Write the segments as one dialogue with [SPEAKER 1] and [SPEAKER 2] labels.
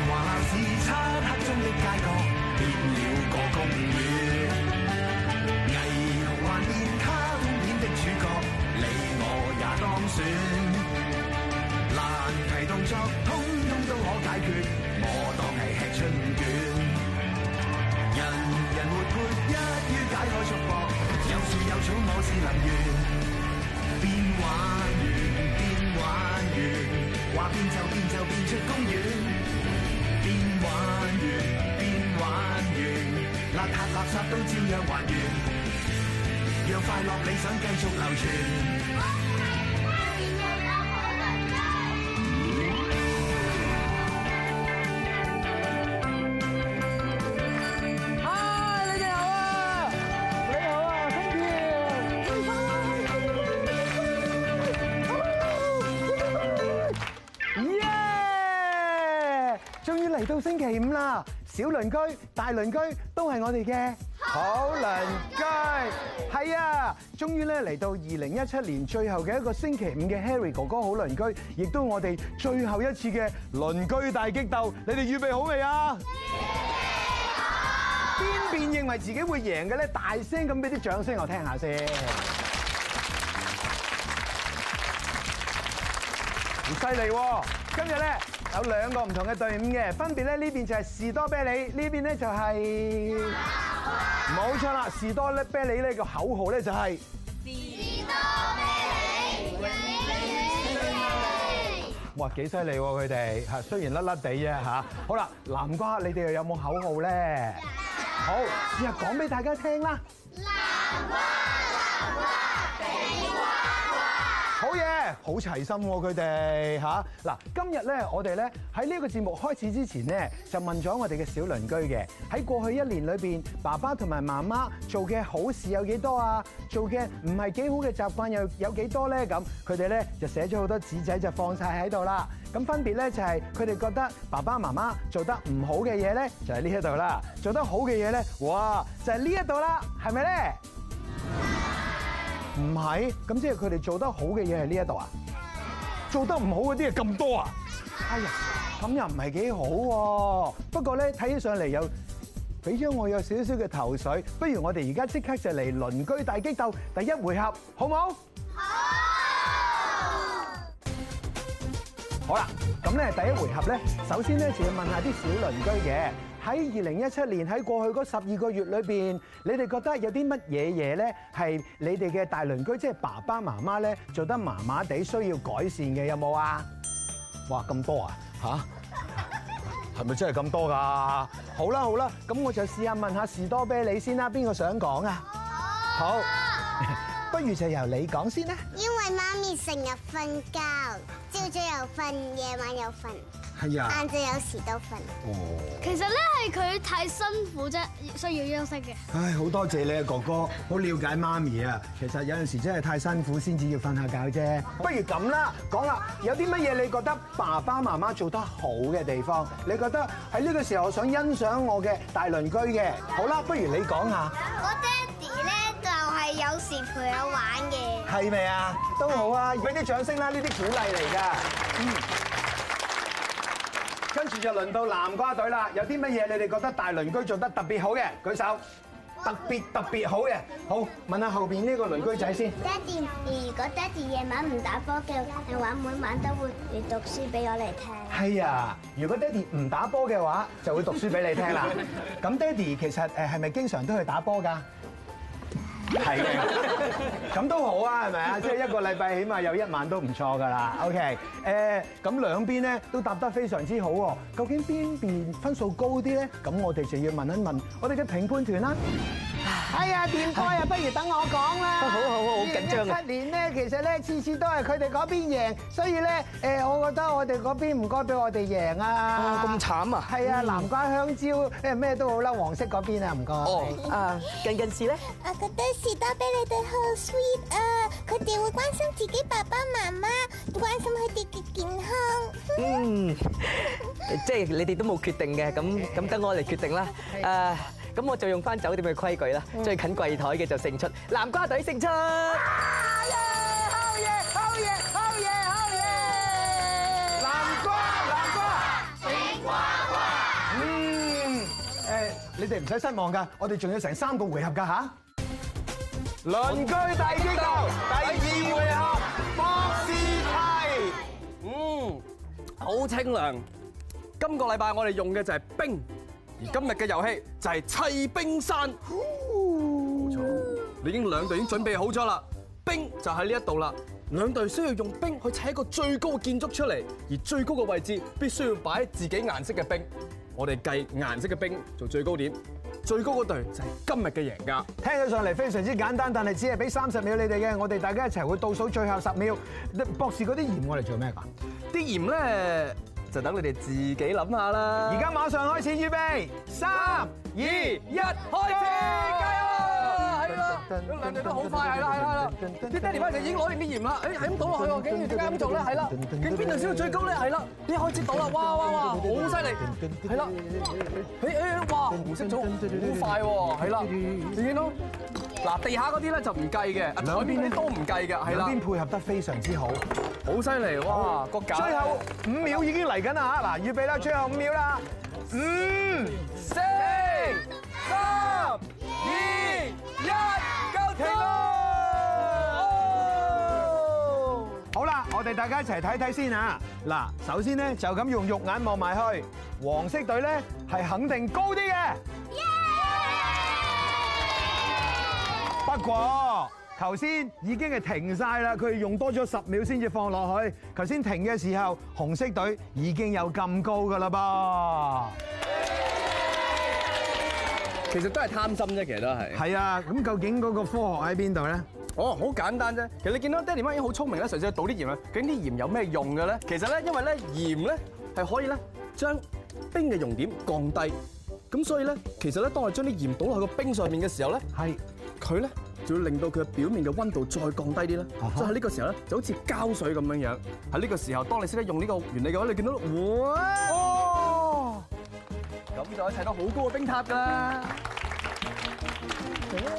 [SPEAKER 1] 時漆黑中的街角變了個公園，霓虹幻變卡通片的主角，你我也當選。難題動作通通都可解決，我當係吃春卷。人人活潑，一於解開束縛，有樹有草我是能源。變玩完，變玩完，話變就變就變出公園。變玩完，變玩完，邋遢垃圾都照樣還原。讓快樂理想繼續流傳。
[SPEAKER 2] 啊，你哋好啊！你好啊，thank you。耶！終於嚟到星期五啦，小鄰居、大鄰居都係我哋嘅好鄰居。係啊，終於咧嚟到二零一七年最後嘅一個星期五嘅 Harry 哥哥好鄰居，亦都我哋最後一次嘅鄰居大激鬥。你哋預備好未啊？邊邊認為自己會贏嘅咧？大聲咁俾啲掌聲我聽下先。好犀利喎！今日咧有兩個唔同嘅隊伍嘅，分別咧呢邊就係士多啤梨，呢邊咧就係冇錯啦。士多啤梨呢個口號咧就係哇幾犀利喎！佢哋嚇雖然甩甩地啫嚇。好啦，南瓜你哋又有冇口號咧？好，試下講俾大家聽啦。好嘢，好齊心喎佢哋嚇嗱。今日咧，我哋咧喺呢個節目開始之前咧，就問咗我哋嘅小鄰居嘅喺過去一年裏邊，爸爸同埋媽媽做嘅好事有幾多啊？做嘅唔係幾好嘅習慣又有幾多咧？咁佢哋咧就寫咗好多紙仔就放晒喺度啦。咁分別咧就係佢哋覺得爸爸媽媽做得唔好嘅嘢咧，就係呢一度啦；做得好嘅嘢咧，哇，就係呢一度啦，係咪咧？唔係，咁即係佢哋做得好嘅嘢係呢一度啊？做得唔好嗰啲係咁多啊？哎呀，咁又唔係幾好喎。不過咧，睇起上嚟又俾咗我有少少嘅頭緒。不如我哋而家即刻就嚟鄰居大激鬥第一回合，好冇？好。好啦，咁咧第一回合咧，首先咧就要問下啲小鄰居嘅。喺二零一七年喺過去嗰十二個月裏邊，你哋覺得有啲乜嘢嘢咧係你哋嘅大鄰居，即係爸爸媽媽咧做得麻麻地，需要改善嘅有冇啊？哇，咁多啊 嚇！係咪真係咁多㗎？好啦好啦，咁我就試下問下士多啤梨先啦，邊個想講啊？好， 不如就由你講先啦。
[SPEAKER 3] 因為媽咪成日瞓覺，朝早又瞓，夜晚又瞓，
[SPEAKER 2] 係啊
[SPEAKER 3] 晏晝有時都瞓。
[SPEAKER 4] 其實咧係佢太辛苦啫，需要休息嘅。
[SPEAKER 2] 唉，好多謝你啊，哥哥，好了解媽咪啊。其實有陣時真係太辛苦先至要瞓下覺啫。不如咁啦，講啦，有啲乜嘢你覺得爸爸媽媽做得好嘅地方？你覺得喺呢個時候想欣賞我嘅大鄰居嘅？好啦，不如你講下，
[SPEAKER 3] 我爹哋咧就係有時陪我玩嘅。
[SPEAKER 2] 係咪啊？都好啊，俾啲掌聲啦，呢啲鼓勵嚟㗎。嗯。跟住就輪到南瓜隊啦，有啲乜嘢你哋覺得大鄰居做得特別好嘅？舉手。特別特別好嘅，好問下後邊呢個鄰居仔先。
[SPEAKER 3] 爹哋，如果爹哋夜晚唔打波嘅，你玩每晚都會讀書俾我嚟聽。
[SPEAKER 2] 係啊，如果爹哋唔打波嘅話，就會讀書俾你聽 啦。咁爹哋其實誒係咪經常都去打波㗎？係嘅，咁都好啊，係咪啊？即係一個禮拜起碼有一晚都唔錯㗎啦。OK，誒咁兩邊咧都答得非常之好喎。究竟邊邊分數高啲咧？咁我哋就要問一問我哋嘅評判團啦。
[SPEAKER 5] 哎呀，點歌啊，不如等我講啦。
[SPEAKER 2] 好好好好緊張啊
[SPEAKER 5] 2017年咧，其實咧次次都係佢哋嗰邊贏，所以咧誒，我覺得我哋嗰邊唔該俾我哋贏啊。
[SPEAKER 6] 咁慘啊！
[SPEAKER 5] 係啊，南瓜、香蕉誒咩都好啦，黃色嗰邊啊，唔該。
[SPEAKER 6] 哦，啊，近近視咧，
[SPEAKER 3] 我覺得士多啤梨哋好 sweet 啊！佢哋會關心自己爸爸媽媽，關心佢哋嘅健康。
[SPEAKER 6] 嗯，即係你哋都冇決定嘅，咁咁等我嚟決定啦。誒，咁我就用翻酒店嘅規矩啦，最近櫃台嘅就勝出，南瓜隊勝出。
[SPEAKER 2] 南瓜，南瓜，頂呱呱，
[SPEAKER 5] 嗯
[SPEAKER 2] 哋唔使失望㗎，我哋仲有成三個回合㗎嚇。
[SPEAKER 7] 鄰居大激鬥第二回合，博士題。嗯，好清涼。今個禮拜我哋用嘅就係冰，而今日嘅遊戲就係砌冰山。冇錯，你已經兩隊已經準備好咗啦。冰就喺呢一度啦，兩隊需要用冰去砌一個最高嘅建築出嚟，而最高嘅位置必須要擺自己顏色嘅冰。我哋計顏色嘅冰做最高點，最高嗰隊就係今日嘅贏家。
[SPEAKER 2] 聽起上嚟非常之簡單，但係只係俾三十秒你哋嘅，我哋大家一齊會倒數最後十秒。博士嗰啲鹽我哋做咩㗎？
[SPEAKER 7] 啲鹽咧就等你哋自己諗下啦。
[SPEAKER 2] 而家馬上開始預備，三
[SPEAKER 7] 二一開始，加油！係啦，咁兩隊都好快，係啦係啦係啦。啲爹哋媽咪已經攞完啲鹽啦，誒係咁倒落去喎，跟住點解咁做咧？係啦，咁邊度先到最高咧？係啦，一開始倒啦，哇哇哇，好犀利！係啦，誒誒哇，紅色組好快喎，係啦，你見到嗱地下嗰啲咧就唔計嘅，啊台邊啲都唔計嘅，係
[SPEAKER 2] 兩
[SPEAKER 7] 啦
[SPEAKER 2] 邊，配合得非常之好。
[SPEAKER 7] 好犀利哇個架。
[SPEAKER 2] 最後五秒已經嚟緊啦嚇，嗱預備啦，最後五秒啦，五。
[SPEAKER 7] 四、三、二、一，夠停咯！
[SPEAKER 2] 好啦，我哋大家一齊睇睇先啊！嗱，首先咧就咁用肉眼望埋去，黃色隊咧係肯定高啲嘅。不過頭先已經係停晒啦，佢哋用多咗十秒先至放落去。頭先停嘅時候，紅色隊已經有咁高噶啦噃。
[SPEAKER 7] 其實都係貪心啫，其實都係。
[SPEAKER 2] 係啊，咁究竟嗰個科學喺邊度咧？
[SPEAKER 7] 哦，好簡單啫。其實你見到爹哋媽已經好聰明咧，嘗試去倒啲鹽啦。究竟啲鹽有咩用嘅咧？其實咧，因為咧鹽咧係可以咧將冰嘅熔點降低。咁所以咧，其實咧，當我哋將啲鹽倒落去個冰上面嘅時候咧，
[SPEAKER 2] 係
[SPEAKER 7] 佢咧就要令到佢嘅表面嘅温度再降低啲啦
[SPEAKER 2] 啊哈。
[SPEAKER 7] 所以喺呢個時候咧，就好似膠水咁樣樣。喺呢個時候，當你識得用呢個原理嘅話，你見到哇哦，咁就可以砌到好高嘅冰塔㗎啦。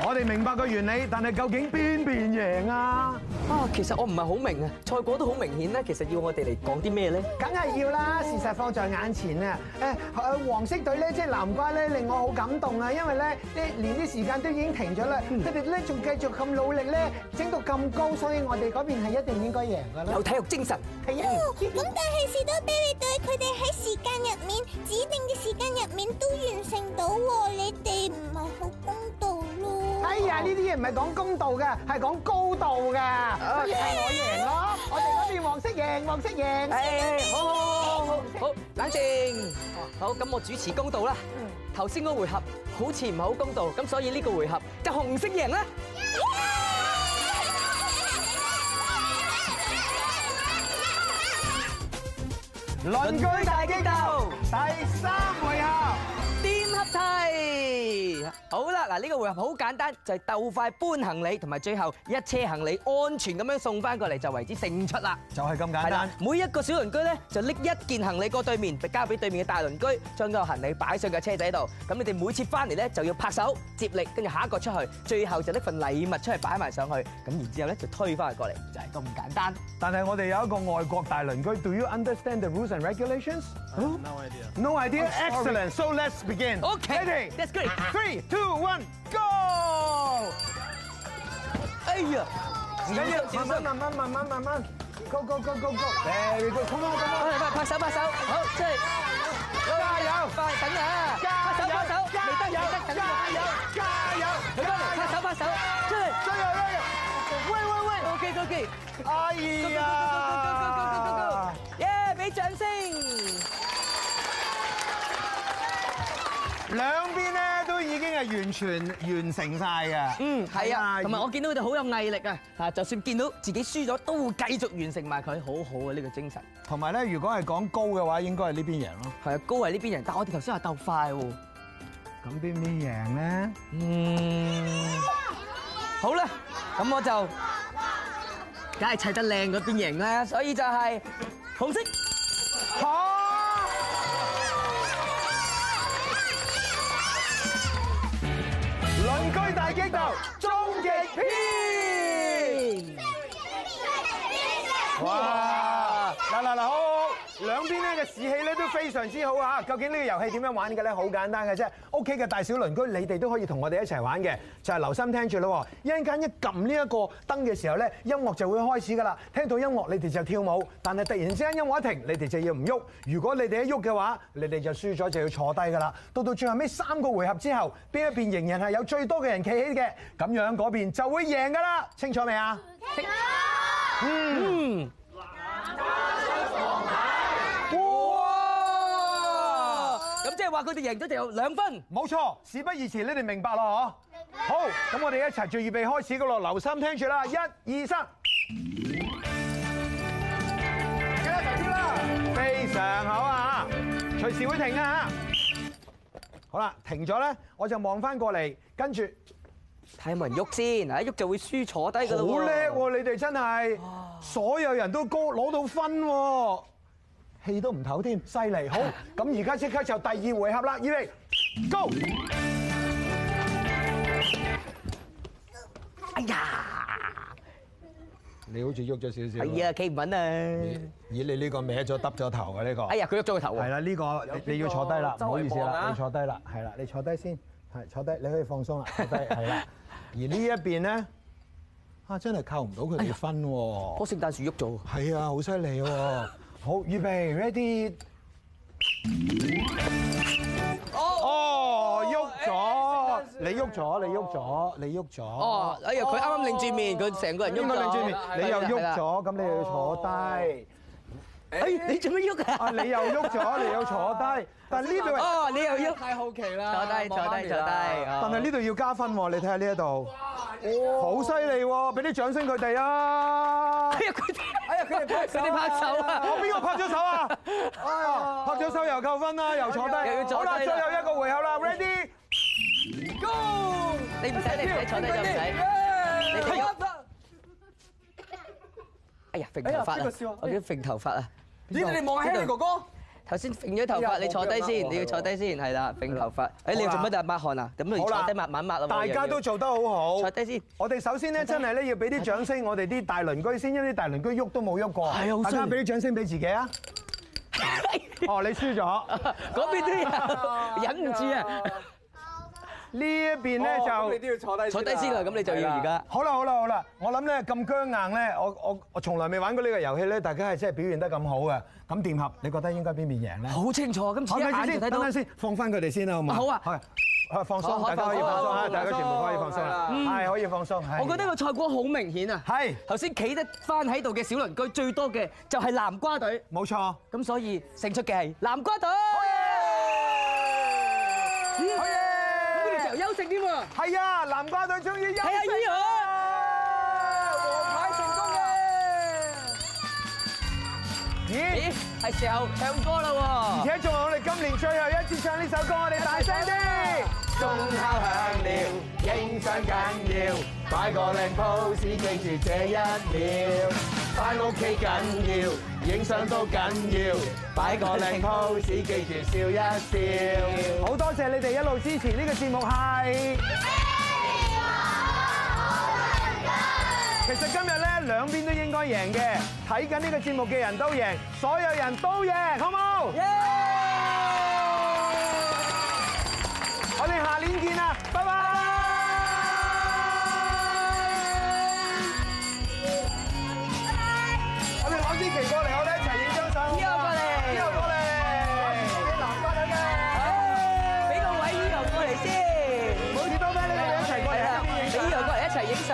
[SPEAKER 2] 我哋明白個原理，但係究竟邊邊贏啊？
[SPEAKER 6] 啊，其實我唔係好明啊，賽果都好明顯咧。其實要我哋嚟講啲咩咧？
[SPEAKER 5] 梗係要啦，事實放在眼前啊！誒，誒黃色隊咧，即係南瓜咧，令我好感動啊！因為咧，啲連啲時間都已經停咗啦，佢哋咧仲繼續咁努力咧，整到咁高，所以我哋嗰邊係一定應該贏噶啦。
[SPEAKER 6] 有體育精神。
[SPEAKER 5] 係啊，
[SPEAKER 3] 咁但係士多啤梨隊佢哋喺時間入面指定嘅時間入面都完成到喎，你哋唔係好公道咯。
[SPEAKER 5] 哎呀，呢啲嘢唔係講公道嘅，係講高度嘅。所以係我贏咯，我哋嗰邊黃色贏，黃色贏。
[SPEAKER 6] 誒，好好好好好好，冷靜。好，咁我主持公道啦。頭先嗰回合好似唔係好公道，咁所以呢個回合就紅色贏啦。
[SPEAKER 2] 鄰居大激鬥第三回合。
[SPEAKER 6] 掂合題，好啦，嗱呢個回合好簡單，就係鬥快搬行李，同埋最後一車行李安全咁樣送翻過嚟就為之勝出啦。
[SPEAKER 2] 就係咁
[SPEAKER 6] 係
[SPEAKER 2] 簡
[SPEAKER 6] 啦
[SPEAKER 2] 單。，
[SPEAKER 6] 每一個小鄰居咧就拎一件行李過對面，交俾對面嘅大鄰居，將個行李擺上架車仔度。咁你哋每次翻嚟咧就要拍手接力，跟住下一個出去，最後就拎份禮物出去擺埋上去。咁然之後咧就推翻佢過嚟，就係咁簡單。
[SPEAKER 2] 但係我哋有一個外國大鄰居，Do you understand the rules and regulations? No idea. No idea. Excellent. So let's begin.
[SPEAKER 6] OK，
[SPEAKER 2] Ready?
[SPEAKER 6] that's great.
[SPEAKER 2] Three, two, one, go!
[SPEAKER 6] 哎呀，
[SPEAKER 2] 唔緊要，慢慢慢慢慢慢慢慢，go go go go go. Very good. Come on, come
[SPEAKER 6] 快快拍手拍手，好出嚟，
[SPEAKER 2] 加油
[SPEAKER 6] 快等啊，
[SPEAKER 2] 加
[SPEAKER 6] 拍手
[SPEAKER 2] 油
[SPEAKER 6] 拍手，
[SPEAKER 2] 加
[SPEAKER 6] 未得
[SPEAKER 2] 油
[SPEAKER 6] 未得，等
[SPEAKER 2] 加油加油
[SPEAKER 6] 佢翻嚟，拍手拍手，出嚟，
[SPEAKER 2] on. 加油加油！喂喂喂！
[SPEAKER 6] 高機高機，
[SPEAKER 2] 哎
[SPEAKER 6] 高高
[SPEAKER 2] 呀！
[SPEAKER 6] 高高高高高高高，耶！俾掌聲。
[SPEAKER 2] 兩邊咧都已經係完全完成晒嘅。
[SPEAKER 6] 嗯，係啊，
[SPEAKER 2] 係
[SPEAKER 6] 同埋我見到佢哋好有毅力啊！嚇，就算見到自己輸咗，都會繼續完成埋佢，好好啊！呢個精神
[SPEAKER 2] 同埋咧，如果係講高嘅話，應該係呢邊贏咯。
[SPEAKER 6] 係啊，高係呢邊人，但我哋頭先話鬥快喎。
[SPEAKER 2] 咁邊邊贏咧？
[SPEAKER 6] 嗯，好啦，咁我就梗係砌得靚嗰邊贏啦，所以就係紅色。
[SPEAKER 2] 好。鄰居大激鬥終極篇。哇！嗱嗱嗱，好好，好兩邊咧就嘅士氣咧都非常之好啊！究竟呢個遊戲點樣玩嘅咧？好簡單嘅啫，屋企嘅大小鄰居你哋都可以同我哋一齊玩嘅，就係留心聽住咯喎。一陣間一撳呢一個燈嘅時候咧，音樂就會開始噶啦。聽到音樂你哋就跳舞，但係突然之間音樂一停，你哋就要唔喐。如果你哋一喐嘅話，你哋就輸咗就要坐低噶啦。到到最後尾三個回合之後，邊一邊仍然係有最多嘅人企起嘅，咁樣嗰邊就會贏噶啦。清楚未啊？Ờ.
[SPEAKER 6] 咁即係話佢哋贏咗就有兩分。
[SPEAKER 2] 冇錯，事不宜遲，你哋明白啦嗬？好，咁我哋一齊就預備開始噶咯，留心聽住啦，一、二、三，跟一齊跳啦，非常好啊！隨時會停啊！好啦，停咗咧，我就望翻過嚟，跟住
[SPEAKER 6] 睇下有冇人喐先，一喐就會輸坐低㗎啦
[SPEAKER 2] 好叻喎！你哋真係所有人都高攞到分喎，氣都唔唞添，犀利！ 好，咁而家即刻就第二回合啦，預備，Go！
[SPEAKER 6] 哎呀，
[SPEAKER 2] 你好似喐咗少少
[SPEAKER 6] 係啊，企唔穩啊！
[SPEAKER 2] 咦，你呢個歪咗耷咗頭啊嘅呢個
[SPEAKER 6] 哎呀，佢喐咗個頭
[SPEAKER 2] 係
[SPEAKER 6] 喎。
[SPEAKER 2] 啦，呢個你你要坐低啦，唔
[SPEAKER 7] 周圍
[SPEAKER 2] 好意思
[SPEAKER 7] 望
[SPEAKER 2] 啦，
[SPEAKER 7] 啊
[SPEAKER 2] 你坐低啦，係啦，你坐低先，係坐低，你可以放 鬆啦，坐低係啦。而呢一邊咧，啊真係靠唔到佢
[SPEAKER 6] 哎
[SPEAKER 2] 哋分
[SPEAKER 6] 棵
[SPEAKER 2] 喎，
[SPEAKER 6] 聖誕樹喐咗。
[SPEAKER 2] 係啊，好犀 利喎。好，預備，ready。哦，喐咗，
[SPEAKER 6] 哎
[SPEAKER 2] 你喐咗，你喐咗，你喐咗。
[SPEAKER 6] 啊哦，哎呀，佢啱啱擰住面，佢成個人
[SPEAKER 2] 應
[SPEAKER 6] 喐
[SPEAKER 2] 該擰
[SPEAKER 6] 咗。
[SPEAKER 2] 轉面，你又
[SPEAKER 6] 係啦哦
[SPEAKER 2] 喐。咗，咁你又要坐低。
[SPEAKER 6] 哎，你做乜喐
[SPEAKER 2] 啊，
[SPEAKER 6] 啊？
[SPEAKER 2] 你又喐咗，你又坐 低。但係呢度。
[SPEAKER 6] 哦，你又喐。
[SPEAKER 7] 太好 奇
[SPEAKER 6] 坐
[SPEAKER 7] 啦！
[SPEAKER 6] 低，坐低，坐低。
[SPEAKER 2] 但係呢度要加分喎，你睇下呢一度，好犀利喎！俾啲掌聲佢哋啊！
[SPEAKER 6] 哎呀，佢哋，
[SPEAKER 7] 哎呀，佢哋 拍手，
[SPEAKER 6] 佢哋拍手啊！
[SPEAKER 2] 我邊個拍咗手啊？啊拍咗手又扣分啦，又坐低
[SPEAKER 6] 哎又要。坐
[SPEAKER 2] 好
[SPEAKER 6] 低啦
[SPEAKER 2] 啦，最後一個回合啦，ready？
[SPEAKER 7] Go！
[SPEAKER 6] 你唔使，你唔使坐低就唔使。你哋喐哎呀，揈頭
[SPEAKER 7] 哎呀邊個
[SPEAKER 6] 髮
[SPEAKER 7] 笑
[SPEAKER 6] 啊
[SPEAKER 7] 啊！
[SPEAKER 6] 我見揈頭髮啊！
[SPEAKER 7] 咦，你哋望下
[SPEAKER 6] 呢
[SPEAKER 7] Harry
[SPEAKER 6] 度
[SPEAKER 7] 哥哥，
[SPEAKER 6] 頭先揈咗頭髮，你坐低先，你要坐低先，係啦，揈頭髮。誒，你要做乜啊？抹汗啊？咁你
[SPEAKER 2] 好
[SPEAKER 6] 坐
[SPEAKER 2] 啦
[SPEAKER 6] 低抹抹抹啊！
[SPEAKER 2] 大家都做得好
[SPEAKER 6] 坐
[SPEAKER 2] 好。
[SPEAKER 6] 低先。
[SPEAKER 2] 我哋首先咧，真係咧要俾啲掌聲，我哋啲大鄰居先，因為啲大鄰居喐都冇喐過。
[SPEAKER 6] 係啊好犀利
[SPEAKER 2] 大家俾啲掌聲俾自己 啊！哦，你輸咗。
[SPEAKER 6] 嗰邊都 有，忍唔住啊！
[SPEAKER 2] 呢一邊咧
[SPEAKER 7] 哦咁
[SPEAKER 2] 就
[SPEAKER 7] 你。都要坐低
[SPEAKER 6] 坐低先啦，咁你就要而家。
[SPEAKER 2] 好啦好啦好啦，我諗咧咁僵硬咧，我我我從來未玩過呢個遊戲咧，大家係真係表現得咁好嘅。咁掂合，你覺得應該邊邊贏咧？
[SPEAKER 6] 好清楚啊，今次
[SPEAKER 2] 好，
[SPEAKER 6] 一
[SPEAKER 2] 等陣
[SPEAKER 6] 眼
[SPEAKER 2] 先，
[SPEAKER 6] 就睇
[SPEAKER 2] 等
[SPEAKER 6] 到
[SPEAKER 2] 陣。先，放翻佢哋先啦，好嘛？
[SPEAKER 6] 好啊
[SPEAKER 2] 係，係放
[SPEAKER 6] 好
[SPEAKER 2] 鬆，
[SPEAKER 6] 好
[SPEAKER 2] 大家可以放鬆
[SPEAKER 7] 放
[SPEAKER 2] 啊，
[SPEAKER 7] 鬆
[SPEAKER 2] 大家全部可以放鬆啦，
[SPEAKER 7] 嗯
[SPEAKER 2] 係可以放鬆。係
[SPEAKER 6] 我覺得個賽果好明顯啊！
[SPEAKER 2] 係
[SPEAKER 6] 頭先企得翻喺度嘅小鄰居最多嘅就係南瓜隊，
[SPEAKER 2] 冇錯，好
[SPEAKER 6] 咁所以勝出嘅係南瓜隊。Ừ. 咁佢哋
[SPEAKER 2] 嘢，
[SPEAKER 6] 就優勝添喎！
[SPEAKER 2] 係啊，南瓜隊終於優
[SPEAKER 6] 睇下依
[SPEAKER 2] 勝
[SPEAKER 6] 樣，
[SPEAKER 7] 王牌成功嘅。
[SPEAKER 2] 咦？
[SPEAKER 6] 咦，係時候唱歌啦
[SPEAKER 2] 而且仲係我哋今年最後一次唱呢首歌，我哋大聲啲。
[SPEAKER 1] 鐘敲響了，影相緊要，擺個靚 pose 記住這一秒。翻屋企緊要，影相都緊要，擺個靚 pose 記住笑一笑。
[SPEAKER 2] 好多謝你哋一路支持呢個節目係。其實今日咧兩邊都應該贏嘅，睇緊呢個節目嘅人都贏，所有人都贏，好冇？我哋下年見啦，拜拜！我哋攞支旗過嚟，我哋一齊影張相。
[SPEAKER 6] 依個過嚟
[SPEAKER 2] 依個過嚟。南瓜女
[SPEAKER 6] 喎！俾
[SPEAKER 2] 嘅，
[SPEAKER 6] 個位依樣過嚟先，
[SPEAKER 2] 每次都俾你哋一齊過嚟
[SPEAKER 6] 係啦，
[SPEAKER 2] 一齊影
[SPEAKER 6] 俾依
[SPEAKER 2] 相
[SPEAKER 6] 樣過嚟一齊影相。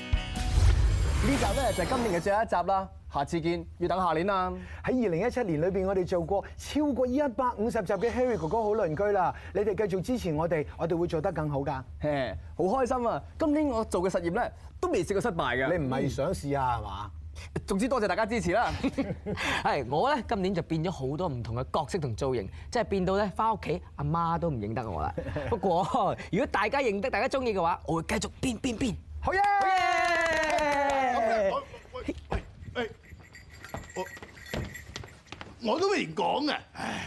[SPEAKER 7] 呢集咧就係今年嘅最後一集啦，下次見，要等下年啦。
[SPEAKER 2] 喺二零一七年裏邊，我哋做過超過一百五十集嘅 Harry 哥哥好鄰居啦。你哋繼續支持我哋，我哋會做得更好㗎。
[SPEAKER 7] 嘿，好開心啊！今年我做嘅實驗咧都未試過失敗嘅。
[SPEAKER 2] 你唔係想試下係嘛？
[SPEAKER 7] 總之多謝大家支 持啦。
[SPEAKER 6] 係我咧今年就變咗好多唔同嘅角色同造型，即係變到咧翻屋企阿媽都唔認得我啦。不過如果大家認得、大家中意嘅話，我會繼續變變變。
[SPEAKER 2] 好嘢！
[SPEAKER 8] 我喂喂喂，我我都未講啊！唉，